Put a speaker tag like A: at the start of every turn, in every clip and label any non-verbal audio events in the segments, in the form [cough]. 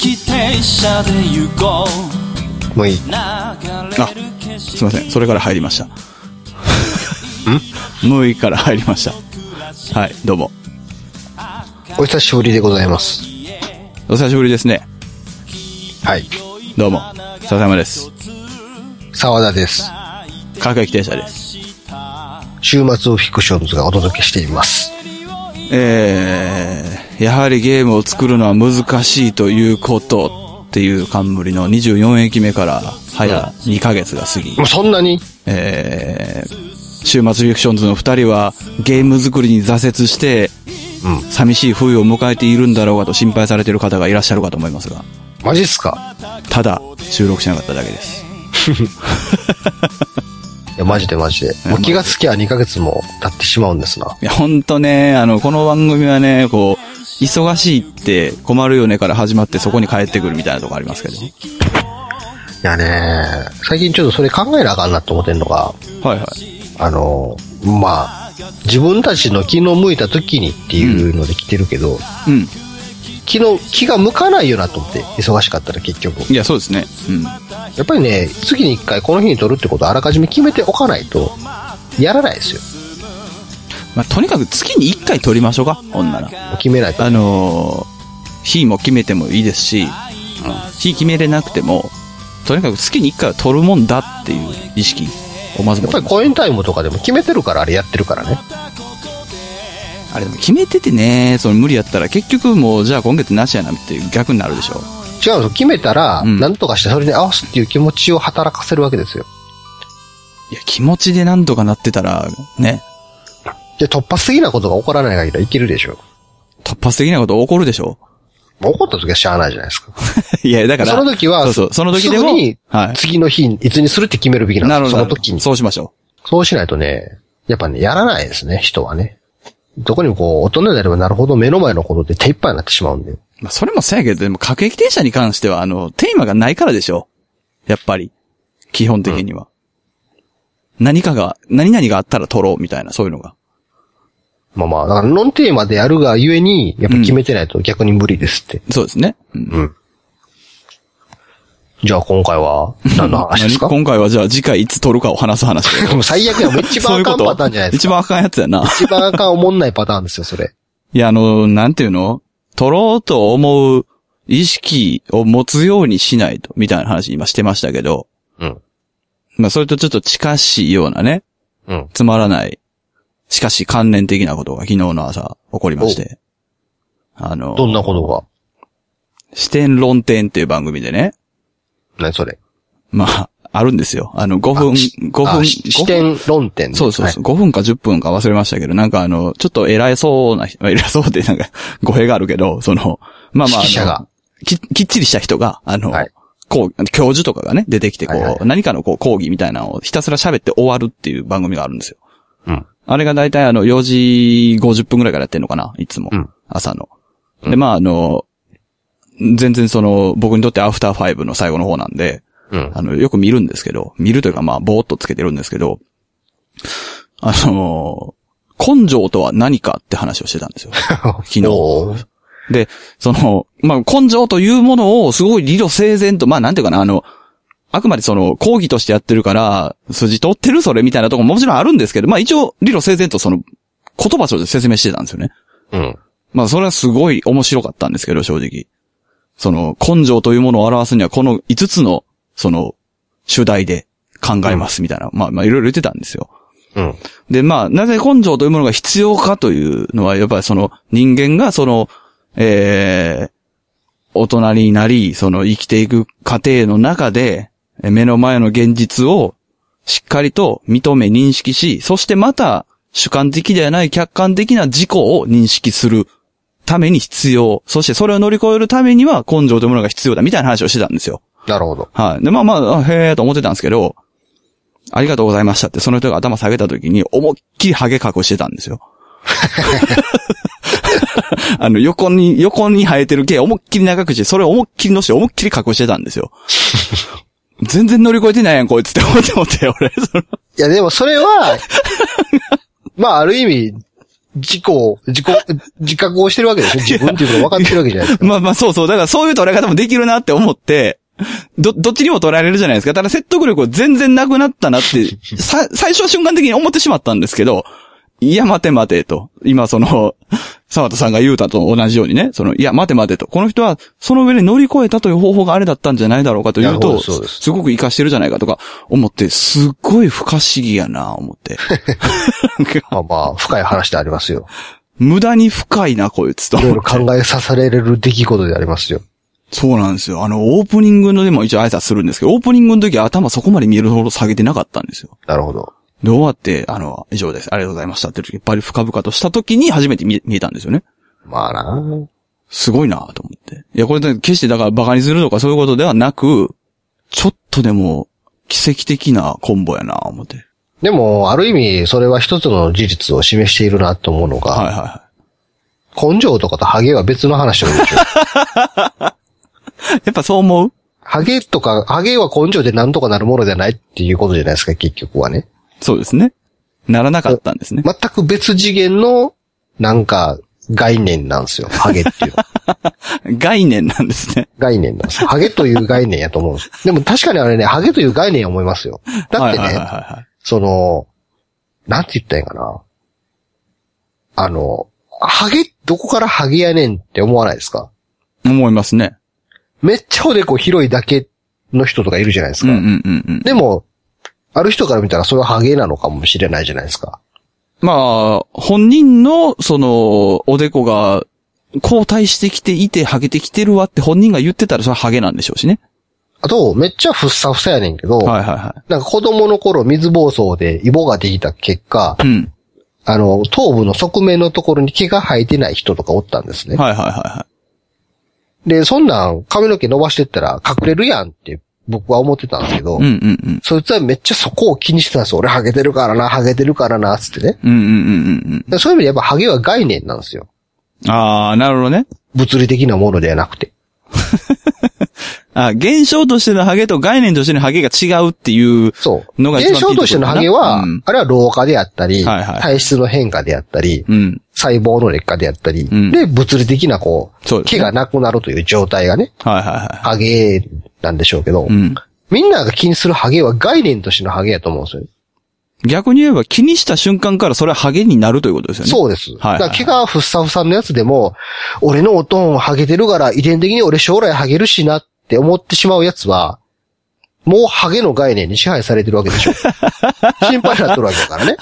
A: 列車で行こう
B: もういい。
A: あ
C: すいません。それから入りました。ムーイから入りました。はい、どうも。
B: お久しぶりでございます。
C: お久しぶりですね。
B: はい。
C: どうも。笹山です。
B: 沢田です。
C: 科学駅停車です。
B: 週末をフィクションズがお届けしています。
C: えー、やはりゲームを作るのは難しいということっていう冠の24駅目から早2ヶ月が過ぎ、
B: もうそんなに
C: えー、週末フィクションズの2人はゲーム作りに挫折して、寂しい冬を迎えているんだろうかと心配されている方がいらっしゃるかと思いますが、
B: マジっすか
C: ただ収録しなかっただけです。
B: いや、マジでマジで。もう気がつきゃ2ヶ月も経ってしまうんですな。
C: いや、ほんとね、あの、この番組はね、こう、忙しいって困るよねから始まってそこに帰ってくるみたいなとこありますけど。
B: いやね最近ちょっとそれ考えなあかんなと思ってんのが、
C: はいはい。
B: あのまあ、自分たちの気の向いた時にっていうので来てるけど、
C: うん。
B: 気の、気が向かないよなと思って、忙しかったら結局。
C: いや、そうですね。うん。
B: やっぱりね、次に1回この日に撮るってことをあらかじめ決めておかないと、やらないですよ。
C: まあ、とにかく月に1回撮りましょうか、ほんなら。
B: 決めないと。
C: あのー日も決めてもいいですし、日決めれなくても、とにかく月に1回は撮るもんだっていう意識をまず持
B: やっ
C: っ
B: ぱ
C: て
B: り公演タイムとかでも決めてるからあれやってるからね。
C: あれでも決めててね、その無理やったら結局もうじゃあ今月なしやなっていう逆になるでしょ。
B: 違うの、決めたら、
C: うん
B: なんとかしてそれに合わすっていう気持ちを働かせるわけですよ。
C: いや、気持ちでなんとかなってたら、ね、
B: で、突発的なことが起こらない限りはいけるでしょ。
C: 突発的なこと起こるでしょ。 [laughs]
B: まあ起こった時はしゃあないじゃないですか。
C: いや、だから、
B: その時は、
C: そうそう、その時です
B: ぐ
C: も
B: に、、
C: はい。
B: 次の日、いつにするって決めるべきな
C: なんる
B: です
C: ほ
B: そ
C: ど。
B: の時に。
C: そうしましょ
B: そうしないとね、やっぱね、やらないですね、人はね。どこにもこう、大人になればなるほど目の前のことで手一杯になってしまうんで。
C: う。まあ、それもそうやけど、でも、各駅停車に関しては、あの、テーマがないからでしょ。やっぱり。基本的には。何かが、何々があったら取ろうみたいな、そういうのが。
B: まあまあ、だからノンテーマでやるがゆえに、やっぱ決めてないと逆に無理ですって。
C: そうですね。うん。
B: じゃあ今回は、何の話で
C: [laughs]
B: すか
C: 何今回はじゃあ次回いつ取るかを話す話を。
B: もう最悪や、もう一
C: そ
B: 番あ
C: ういうこ
B: かん
C: と
B: パターンじゃないです
C: 一
B: か。
C: 番あかんやつやな。
B: 一番あかんおもんないパターンですよ、それ。
C: いや、あの、なんていうの取ろうと思う意識を持つようにしないと、みたいな話今してましたけど。
B: うん。
C: まあ、それとちょっと近しいようなね、
B: うん。
C: つまらない、しかし関連的なことが昨日の朝起こりまして。あの、
B: どんなことが
C: 視点論点っていう番組でね、
B: 何それ
C: まあ、あるんですよ。あの、5分、
B: あし
C: 5分、
B: あし
C: 5
B: 視
C: 分。
B: 点論点ね。
C: そうそうそう、
B: う。
C: 5分か10分か忘れましたけど、なんかあの、ちょっと偉いそうな人、 [laughs] まあ偉そうってなんか語弊があるけど、その、まあまああの
B: 指揮者が
C: き、きっちりした人が、あの、
B: はい
C: こう、教授とかがね、出てきて、こう、
B: はいはい
C: 何かのこう、講義みたいなのをひたすら喋って終わるっていう番組があるんですよ。
B: うん。
C: あれがだいたいあの、4時50分ぐらいからやってんのかないつも。
B: うん
C: 朝の。で、まああの、全然その、僕にとってアフターファイブの最後の方なんで、
B: うん。
C: あの、よく見るんですけど、見るというかまあ、ぼーっとつけてるんですけど、あの根性とは何かって話をしてたんですよ。
B: 昨
C: 日で、その、まあ、根性というものをすごい理路整然と、まあ、なんていうかな、あの、あくまでその、講義としてやってるから、筋通ってるそれみたいなとこももちろんあるんですけど、まあ、一応、理路整然とその、言葉として説明してたんですよね。
B: うん。
C: まあ、それはすごい面白かったんですけど、正直。その、根性というものを表すには、この5つの、その、主題で考えます、みたいな。まあ、まあ、いろいろ言ってたんですよ。
B: うん。
C: で、まあ、なぜ根性というものが必要かというのは、やっぱりその人間がその、えー、大人になり、その生きていく過程の中で、え目の前の現実をしっかりと認め認識し、そしてまた主観的ではない客観的な自己を認識するために必要。そしてそれを乗り越えるためには根性というものが必要だみたいな話をしてたんですよ。
B: なるほど。
C: はい。で、まあまあ、あへえと思ってたんですけど、ありがとうございましたって、その人が頭下げた時に、思いっきりハゲ加工してたんですよ。あの、横に、横に生えてる毛、思いっきり長くして、それを思いっきりのして、思いっきり加工してたんですよ。全然乗り越えてないやん、こいつって思って思って、俺、その
B: [laughs] いや、でもそれは、まあ、ある意味、自己を、自己、自覚をしてるわけでしょ自分っていうのが分かってるわけじゃないですか。
C: [laughs] まあまあそうそう。だからそういう捉え方もできるなって思って、ど、どっちにも捉えられるじゃないですか。ただ説得力を全然なくなった
B: [laughs]
C: なって、さ、最初は瞬間的に思ってしまったんですけど、いや、待て待てと。今その、沢田さんが言うたと同じようにね、その、いや、待て待てと。この人は、その上で乗り越えたという方法があれだったんじゃないだろうかという
B: いや
C: と、
B: そうです
C: すごく活かしてるじゃないかとか、思って、すっごい不可思議やな、思
B: [laughs]
C: って。 [laughs]
B: まあまあ、深い話でありますよ。
C: 無駄に深いな、こいつと
B: いろい
C: 思
B: ろ
C: って。
B: 考えさせられる出来事でありますよ。
C: そうなんですよ。あの、オープニングのでも一応挨拶するんですけど、オープニングの時は頭そこまで見えるほど下げてなかったんですよ。
B: なるほど。
C: で、終わって、あの、以上です。ありがとうございましたって時、バリ深々とした時に初めて見見えたんですよね。
B: まあな。
C: すごいなと思って。いや、これね決してだから馬鹿にするとかそういうことではなく、ちょっとでも奇跡的なコンボやな思って。
B: でも、ある意味、それは一つの事実を示しているなと思うのが、
C: はいはいは
B: 根性とかとハゲは別の話なんでしょ。 [laughs]
C: い。 [laughs] やっぱそう思う
B: ハゲとか、ハゲは根性でなんとかなるものじゃないっていうことじゃないですか、結局はね。
C: そうですね。ならなかったんですね。
B: 全く別次元の、なんか、概念なんですよ。ハゲって
C: [laughs]
B: いうのは。
C: 概念なんですね。
B: 概念なんですよ。ハゲという概念やと思うんです。でも確かにあれね、ハゲという概念は思いますよ。だってね、
C: はいはいはいはいはい。
B: その、なんて言ったらいいんかな。あの、ハゲ、どこからハゲやねんって思わないですか
C: 思いますね。
B: めっちゃおでこ広いだけの人とかいるじゃないです
C: うん
B: か。
C: うんうんうん。
B: でも、ある人から見たらそれはハゲなのかもしれないじゃないですか。
C: まあ、本人の、その、おでこが、交代してきていて、ハゲてきてるわって本人が言ってたら、それはハゲなんでしょうしね。
B: あと、めっちゃふっさふさやねんけど、
C: はいはいは
B: なんか子供の頃水暴走でイボができた結果、
C: い。うん。
B: あの、頭部の側面のところに毛が生えてない人とかおったんですね。
C: はいはいはいは
B: で、そんなん髪の毛伸ばしてったら隠れるやんって僕は思ってたんですけど、
C: い。うんうんうん。
B: そいつはめっちゃそこを気にしてたんですよ。俺ハゲてるからな、ハゲてるからな、つってね。
C: うんうんうんうん
B: だからそういう意味でやっぱハゲは概念なんですよ。
C: うん。ああ、なるほどね。
B: 物理的なものではなくて。
C: あ現象としてのハゲと概念としてのハゲが違うっていう。
B: そう。
C: のが一番
B: 現象としてのハゲは、
C: ピンとくるかなうん
B: あれは老化であったり、
C: はいはい
B: 体質の変化であったり、
C: うん。
B: 細胞の劣化であったり、
C: ん
B: で、物理的なこう、
C: そうですね
B: 毛がなくなるという状態がね、
C: はいはいは
B: ハゲなんでしょうけど、
C: い。うん。
B: みんなが気にするハゲは概念としてのハゲやと思うんですよ。
C: 逆に言えば気にした瞬間からそれはハゲになるということですよね。
B: そうです。
C: はいはい
B: だから毛がふっさふさのやつでも、俺のおとんハゲてるから遺伝的に俺将来ハゲるしなって思ってしまうやつは、もうハゲの概念に支配されてるわけでし
C: [laughs]
B: ょ。心配になってるわけだからね。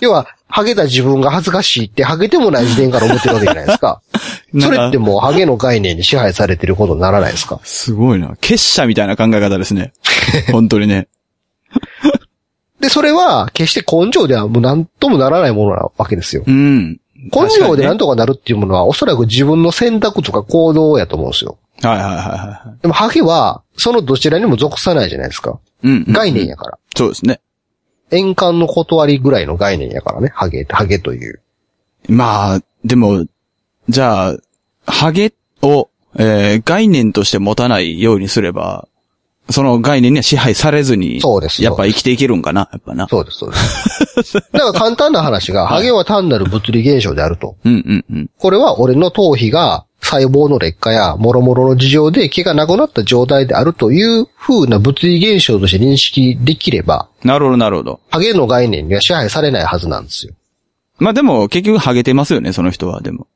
B: 要は、ハゲた自分が恥ずかしいって、ハゲてもない時点から思ってるわけじゃないですか。
C: [laughs] な
B: そ
C: んか
B: れってもうハゲの概念に支配されてることにならないですか。
C: すごいな。結社みたいな考え方で
B: [laughs]
C: すね。本当にね。
B: で、それは決して根性ではもう何ともならないものなわけですよ。
C: うん。
B: 根性で何
C: 確
B: とかなるっていうものは、おそらく自分の選択とか行動やと思うんですよ。
C: かにねはいはいはいはいはい。
B: でも、ハゲは、そのどちらにも属さないじゃないですか。
C: うんうん。
B: 概念やから。
C: そうですね。
B: 円環の断りぐらいの概念やからね、ハゲ、ハゲという。
C: まあ、でも、じゃあ、ハゲを、えー概念として持たないようにすれば、その概念には支配されずに、
B: そうです
C: やっぱ生きていけるんかな、やっぱな。
B: そうです、そうです。
C: [laughs]
B: だから簡単な話が、ハゲは単なる物理現象であると。
C: うんうんうん。
B: これは俺の頭皮が細胞の劣化や諸々の事情で毛がなくなった状態であるという風な物理現象として認識できれば、
C: なるほど、なるほど。
B: ハゲの概念には支配されないはずなんですよ。
C: まあでも、結局ハゲてますよね、その人は、でも。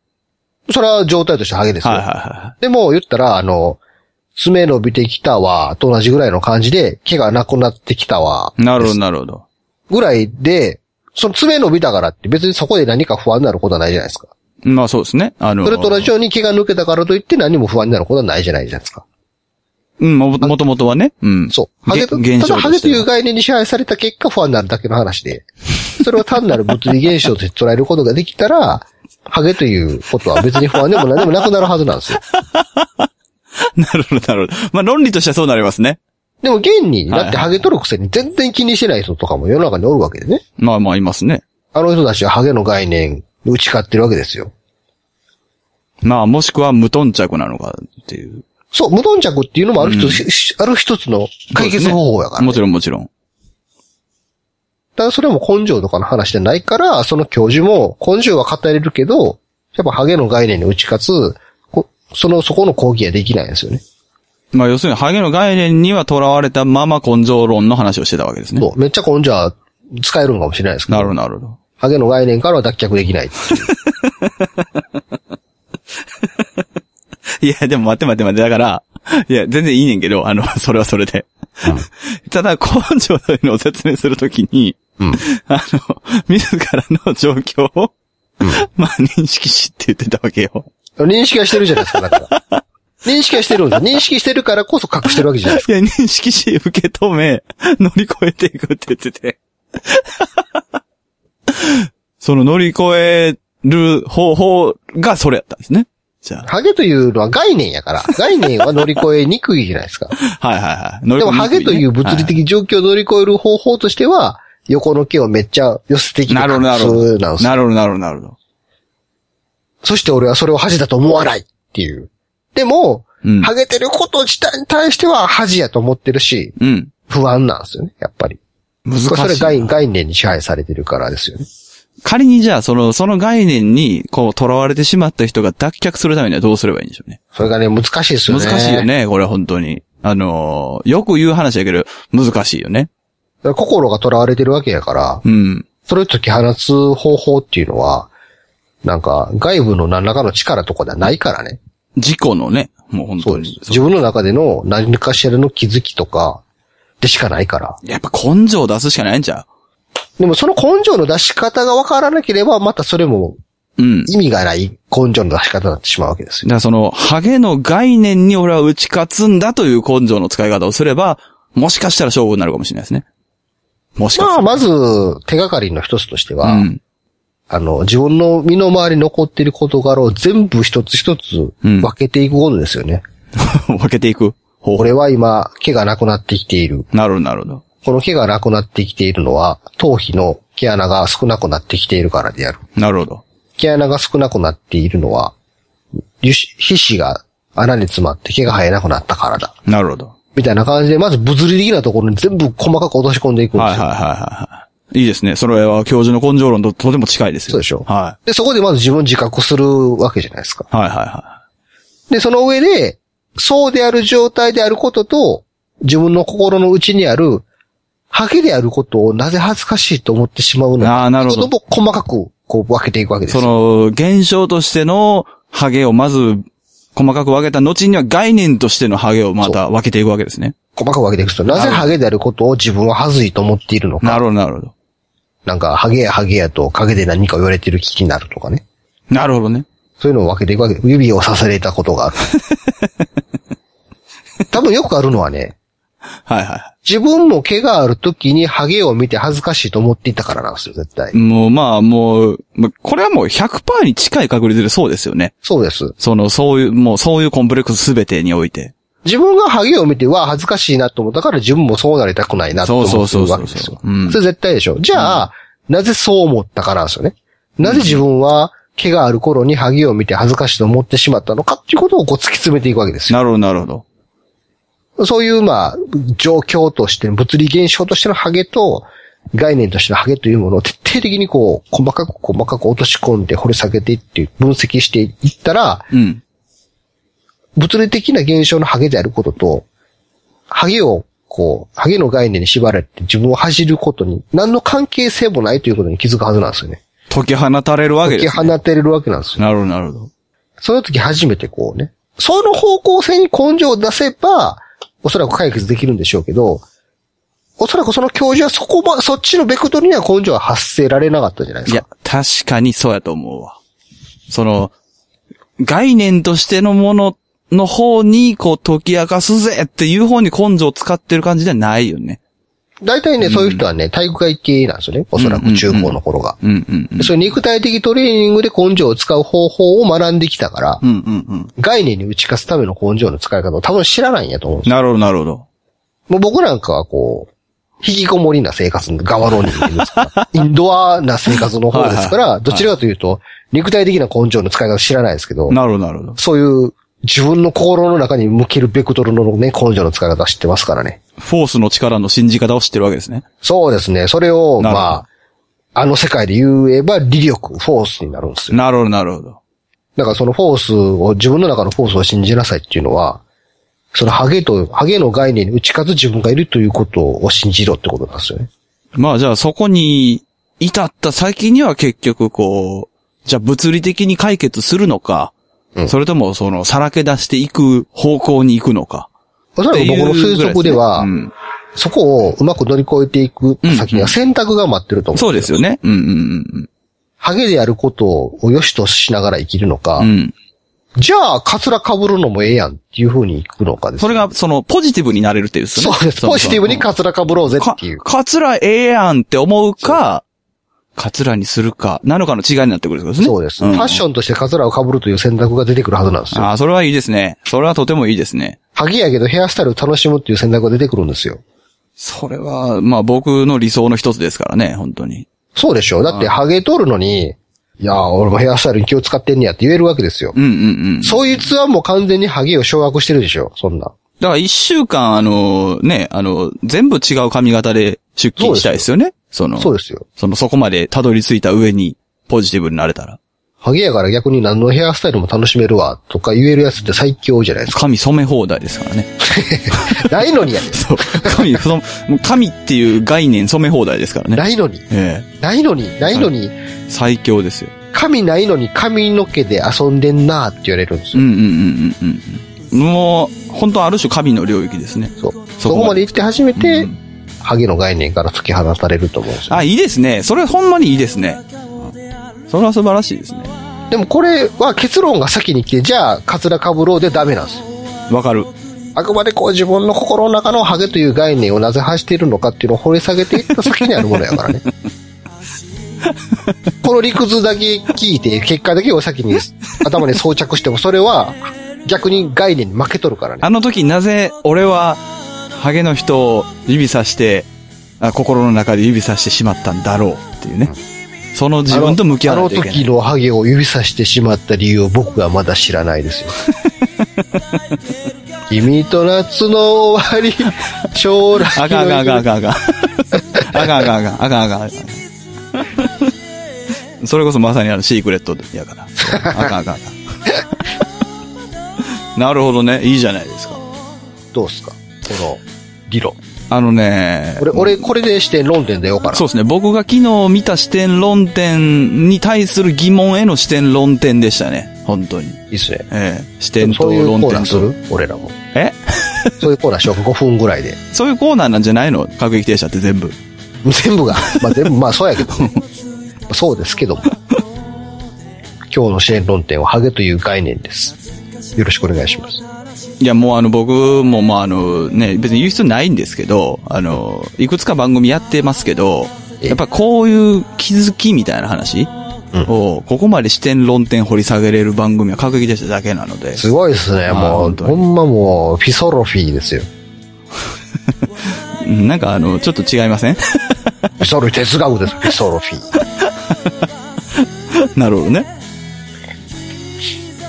B: それは状態としてハゲですよ。
C: はいはいは
B: でも、言ったら、あの、爪伸びてきたわ、と同じぐらいの感じで、毛がなくなってきたわ、
C: い。なるほど、なるほど。
B: ぐらいで、その爪伸びたからって別にそこで何か不安になることはないじゃないですか。
C: まあそうですね。あの、
B: それと同じように毛が抜けたからといって何も不安になることはないじゃないじゃないですか。
C: うん、も、もともとはね。うん。
B: そう。ハ
C: げ
B: ゲと、
C: 現
B: た
C: 象
B: だハ
C: と
B: ゲ
C: し
B: と
C: て
B: いう
C: は。
B: 概念に支配された結果不安になるだけの話で、それを単なる物理現象として捉えることができたら、ハゲということは別に不安でも何でもなくなるはずなんですよ。
C: [laughs] なるほど、なるほど。まあ論理としてはそうなりますね。
B: でも現に、だってハゲ取るくせに全然気にしてない人とかも世の中におるわけでね。
C: まあまあ、いますね。
B: あの人たちはハゲの概念に打ち勝ってるわけですよ。
C: まあ、もしくは無頓着なのかっていう。
B: そう、無頓着っていうのもある一つ、しある一つの解決方法やから、
C: もちろんもちろん。
B: ただそれも根性とかの話じゃないから、その教授も根性は語れるけど、やっぱハゲの概念に打ち勝つ、こその、そこの講義はできないんですよね。
C: まあ要するに、ハゲの概念には囚われたまま根性論の話をしてたわけですね。
B: そうめっちゃ根性は使えるんかもしれないですけど、
C: なるほど、なるほど。
B: ハゲの概念からは脱却できないっていう。
C: いや、でも待って待って待って、だから、いや、全然いいねんけど、あの、 [laughs] それはそれで。ただ、根性というのを説明するときに、
B: うん。
C: あの、自らの状況を、 [laughs] まあ、認識しって言ってたわけよ。
B: 認識はしてるじゃないですか、だから。認識はしてるんですよ。認識してるからこそ隠してるわけじゃないですか。
C: いや、認識し、受け止め、乗り越えていくって言ってて。 [laughs] その乗り越える方法がそれやったんですね。じゃ
B: ハゲというのは概念やから、概念は乗り越えにくいじゃないですか。
C: あ。はいはいはい。乗り
B: でも、
C: 越えにく
B: ハゲという物理
C: ね
B: 的状況を乗り越える方法としては、横の毛をめっちゃ寄せてきて
C: はいなるほどなるほ
B: そうなん
C: ど。
B: ですよ
C: なるほどなるほどなるほど。
B: そして俺はそれを恥だと思わないっていう。でも、
C: うん
B: ハゲてること自体に対しては恥やと思ってるし、
C: うん。
B: 不安なんですよね、やっぱり。
C: 難しい
B: そ
C: な。
B: れ概概念に支配されてるからですよね。
C: 仮にじゃあ、その、その概念に、こう、囚われてしまった人が脱却するためにはどうすればいいんでしょうね。
B: それがね、難しいですよね。
C: 難しいよ。ね、これ本当に。あのーよく言う話やけど、難しいよね。
B: 心が囚われてるわけやから、
C: うん。
B: それを解き放つ方法っていうのは、なんか、外部の何らかの力とかではないからね。
C: 事故のね、もう本
B: そ
C: 当
B: うです
C: に。。
B: 自分の中での何かしらの気づきとかでしかないから。
C: やっぱ根性を出すしかないんちゃ
B: でもその根性の出し方がわからなければ、またそれも
C: ううん。だ
B: 意味がない根性の出し方になってしまうわけですよ。
C: からその、ハゲの概念に俺は打ち勝つんだという根性の使い方をすれば、もしかしたら勝負になるかもしれないですね。もしかし
B: ま
C: た
B: あ、
C: ら。
B: まず、手がかりの一つとしては、
C: うん。
B: あの、自分の身の回りに残っている事柄を全部一つ一つ
C: うん
B: 分けていくことですよね。
C: [laughs] 分けていく方法。
B: 俺は今、毛がなくなってきている。
C: なるほど、なるほど。
B: この毛がなくなってきているのは、頭皮の毛穴が少なくなってきているからである。
C: なるほど。
B: 毛穴が少なくなっているのは、油脂皮脂が穴に詰まって毛が生えなくなったからだ。
C: なるほど。
B: みたいな感じで、まず物理的なところに全部細かく落とし込んでいくんですよ。
C: はいはいはいはいはい。いいですね。それは教授の根性論ととても近いですよ。
B: そうでしょ
C: は
B: で、そこでまず自分を自覚するわけじゃないですか。
C: い。はいはいは
B: で、その上で、そうである状態であることと、自分の心の内にある、ハゲであることをなぜ恥ずかしいと思ってしまうのか。
C: あーなるほど
B: ことも細かく、こう分けていくわけ
C: い。
B: ですよ
C: その、現象としてのハゲをまず、細かく分けた後には概念としてのハゲをまた分けていくわけですね。
B: 細かく分けていくと、なぜハゲであることを自分は恥ずいと思っているのか。
C: なるほど、なるほど。
B: なんか、ハゲやハゲやと影で何か言われてる気になるとかね。
C: なるほどね。
B: そういうのを分けていくわけで、指をさされたこと
C: [laughs]
B: がある。多分よくあるのはね、
C: はいは
B: 自分も毛がある時にハゲを見て恥ずかしいと思っていたからなんですよ、絶対
C: い。。もう、まあ、もう、まあこれはもう100%に近い確率でそうですよね。
B: そうです。
C: その、そういう、もうそういうコンプレックスすべてにおいて。
B: 自分がハゲを見ては恥ずかしいなと思ったから自分もそうなりたくないなと思って
C: そうそう
B: る
C: そう
B: わけ
C: そう
B: ですよ。
C: うん
B: それ絶対でしょ。じゃあ、なぜそう思ったからなんですよね。なぜ自分は毛がある頃にハゲを見て恥ずかしいと思ってしまったのかっていうことをこう突き詰めていくわけですよ。
C: なるほど、なるほど。
B: そういう、まあ、状況として、物理現象としてのハゲと、概念としてのハゲというものを徹底的にこう、細かく細かく落とし込んで掘り下げていって、分析していったら、
C: うん。
B: 物理的な現象のハゲであることと、ハゲを、こう、ハゲの概念に縛られて自分を恥じることに、何の関係性もないということに気づくはずなんですよね。
C: 解き放たれるわけ
B: 解
C: で
B: き
C: す、
B: 放
C: ね。
B: てれるわけなんですよ。
C: なるほど、なるほど。
B: その時初めてこうね、その方向性に根性を出せば、おそらく解決できるんでしょうけど、おそらくその教授はそこま、そっちのベクトルには根性は発せられなかったじゃないで
C: い
B: す
C: や
B: か。、
C: 確かにそうやと思うわ。その、概念としてのものの方に、こう、解き明かすぜっていう方に根性を使ってる感じじゃないよね。
B: 大体ね、そういう人はね、体育会系なんですよね。おそらく中高の頃が。
C: うんうんうん。
B: そういう肉体的トレーニングで根性を使う方法を学んできたから、
C: うんうんうん。
B: 概念に打ち勝つための根性の使い方を多分知らないんやと思うんですよ
C: なるほど、なるほど。
B: もう僕なんかはこう、引きこもりな生活の側の人間です
C: [laughs]
B: から、インドアな生活の方ですか
C: はいは
B: ら、どちらかというと、肉体的な根性の使い方を知らないですけど、
C: なるほど、なるほど。
B: そういう自分の心の中に向けるベクトルのね、根性の使い方知ってますからね。
C: フォースの力の信じ方を知ってるわけですね。
B: そうですね。それを、
C: なるほど
B: まあ、あの世界で言えば、理力、フォースになるんですよ。
C: なるほど、なるほど。
B: だからそのフォースを、自分の中のフォースを信じなさいっていうのは、そのハゲと、ハゲの概念に打ち勝つ自分がいるということを信じろってことなんですよね。
C: まあじゃあそこに至った先には結局こう、じゃあ物理的に解決するのか、
B: うん
C: それともそのさらけ出していく方向に行くのか。
B: おそらく僕の推測では、
C: っていうぐらいですね
B: そこをうまく乗り越えていく先には選択が待ってると
C: うん、
B: 思う。
C: そうですよね。うんうんうん
B: ハゲでやることを良しとしながら生きるのか、
C: うん。うん。
B: じゃあ、カツラ被るのもええやんっていう風に行くのかです
C: そ
B: ね、
C: れがそのポジティブになれるっていう、
B: そうです。ポジティブにカツラ被ろうぜ
C: か
B: っていう、。
C: カツラええやんって思うか、カツラにするか、なのかの違いになってくるんですね。
B: そうです。
C: ん
B: ファッションとしてカツラを被るという選択が出てくるはずなんですよ。
C: ああ、それはいいですね。それはとてもいいですね。
B: ハゲやけどヘアスタイルを楽しむっていう選択が出てくるんですよ。
C: それは、まあ僕の理想の一つですからね、本当に。
B: そうでしょだってハゲ取るのに、いやー、俺もヘアスタイルに気を使ってんねやって言えるわけですよ。
C: うんうんうん。
B: そいつはもう完全にハゲを掌握してるでしょそんな。
C: だから一週間、あの、ね、あの、全部違う髪型で出勤したいですよね。その、
B: そうですよ。
C: その、そこまでたどり着いた上に、ポジティブになれたら。
B: ハゲやから逆に何のヘアスタイルも楽しめるわ、とか言えるやつって最強じゃない
C: [laughs]
B: ですか。
C: 髪染め放題ですからね。 [laughs]
B: ないのにやで。
C: そう。髪、その、髪っていう概念染め放題ですからね。
B: ないのに。
C: え
B: ないのに。ないのに。
C: え最強ですよ。
B: 髪ないのに髪の毛で遊んでんなーって言われるんです
C: う
B: よ。
C: んうんうんうんうん。もう、本当ある種神の領域ですね。
B: そう
C: そ
B: そ
C: こまで
B: こまで行って初めて、
C: うん
B: ハゲの概念から突き放されると思うんですよ。
C: あ、いいですね。それほんまにいいですね。それは素晴らしいですね。
B: でもこれは結論が先に来て、じゃあ、カツラかぶろうでダメなんですよ。
C: わかる。
B: あくまでこう自分の心の中のハゲという概念をなぜ発しているのかっていうのを掘り下げていった先にあるものやから [laughs] ね。この理屈だけ聞いて、結果だけを先に頭に装着しても、それは逆に概念に負けとるからね。
C: あの時なぜ俺は、ハゲの人を指さして、あ心の中で指さしてしまったんだろうっていうね。その自分と向き合わなきゃ
B: あ
C: いけな
B: の時
C: い。
B: のハゲを指さしてしまった理由を僕はまだ知らない [laughs] ですよ。君と夏の終わり、将来の
C: あがあがあがあがあが。あがあがあがあがあがあが。それこそまさにあのシークレットやから。あがあがあが。なるほどね。いいじゃないですか。
B: どうすかこの理論。
C: あのね。
B: 俺、俺、これでして論点出ようかな。
C: そうですね。僕が昨日見た視点論点に対する疑問への視点論点でしたね。本当に。
B: いいっすね。
C: ええ視点と
B: そういう
C: 論
B: コーナ
C: 点
B: ーす
C: と。
B: る俺らも。
C: え
B: そういうコーナーしようか。5分ぐらいで。
C: そういうコーナーなんじゃないの各駅停車って全部。
B: 全部が。まあ全部、まあそうやけど、
C: [laughs]
B: ね、そうですけども。今日の支援論点はハゲという概念です。よろしくお願いします。
C: いや、もうあの、僕も、まああの、ね、別に言う必要ないんですけど、あの、いくつか番組やってますけど、
B: ええ
C: やっぱこういう気づきみたいな話
B: うん
C: を、ここまで視点論点掘り下げれる番組は各駅停車だけなので、
B: すごいですね。
C: あー
B: もう、
C: 本当に
B: ほんまもう、フィソロフィーですよ。
C: うんなんかあの、ちょっと違いません [laughs]
B: フィソロフィー、哲学です。フィソロフィー。フ
C: なるほどね。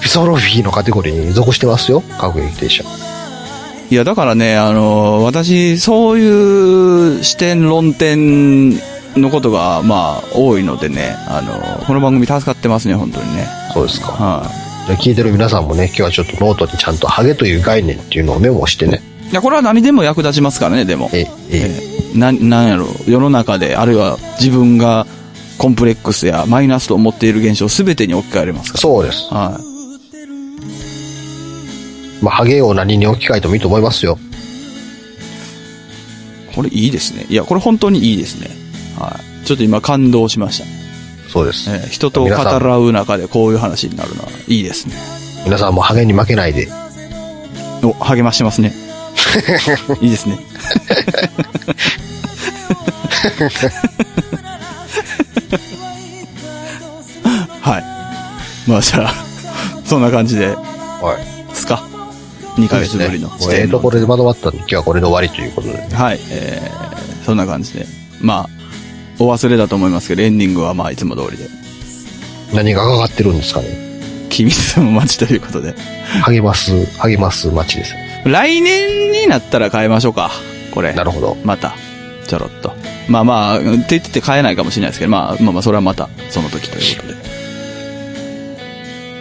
B: ィソロフィーのカテゴリーに属してますよ。各駅停車。
C: いや、だからね、あの、私、そういう視点、論点のことが、まあ、多いのでね、あの、この番組助かってますね、本当にね。
B: そうですか。
C: は
B: じゃあ聞いてる皆さんもね、今日はちょっとノートにちゃんとハゲという概念っていうのをメモしてね。
C: い。いや、これは何でも役立ちますからね、でも。
B: え、え、
C: ええな、なんやろ、世の中で、あるいは自分がコンプレックスやマイナスと思っている現象すべてに置き換えれますか
B: そうです。
C: ら。はい。
B: まあ、ハゲを何に置き換えてもいいと思いますよ。
C: これいいですね。いや、これ本当にいいですね。はい。ちょっと今感動しました。
B: そうです。
C: ええ人と語らう中でこういう話になるのはいいですね。
B: 皆さんもハゲに負けないで。
C: お、励ましてま
B: [laughs]
C: すね。いいですね。 [laughs] はい。まあじゃあ、そんな感じで
B: はい。
C: すか ?2 ヶ月ぶりの
B: も
C: 視
B: うええ
C: 点
B: と
C: の
B: ころでまとまったんで、今日はこれで終わりということで。
C: はい。えー、そんな感じで。まあ、お忘れだと思いますけど、エンディングはまあいつも通りで。
B: 何がかかってるんですかね。
C: 君住む街ということで。
B: 励ます、励ます街です。
C: 来年になったら変えましょうか。これ。
B: なるほど。
C: また、ちょろっと。まあまあ、って言ってて変えないかもしれないですけど、まあまあまあ、それはまた、その時ということで。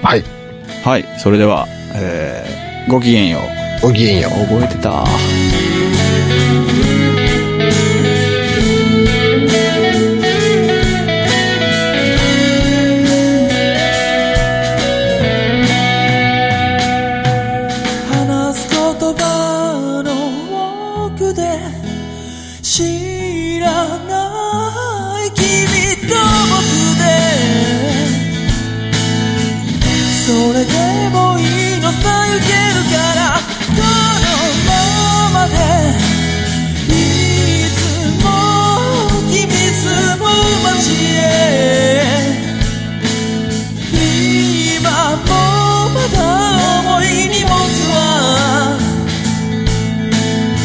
B: はい。
C: はい、それでは、えー、ごきげんよう。
B: ごきげんよう。
C: 覚えてた。
A: 話す言葉の奥で知らない君と僕でそれでもいいのさ行けるからこのままでいつも君住む街へ今もまだ重い荷物は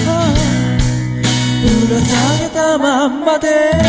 A: ああぶら下げたまんまで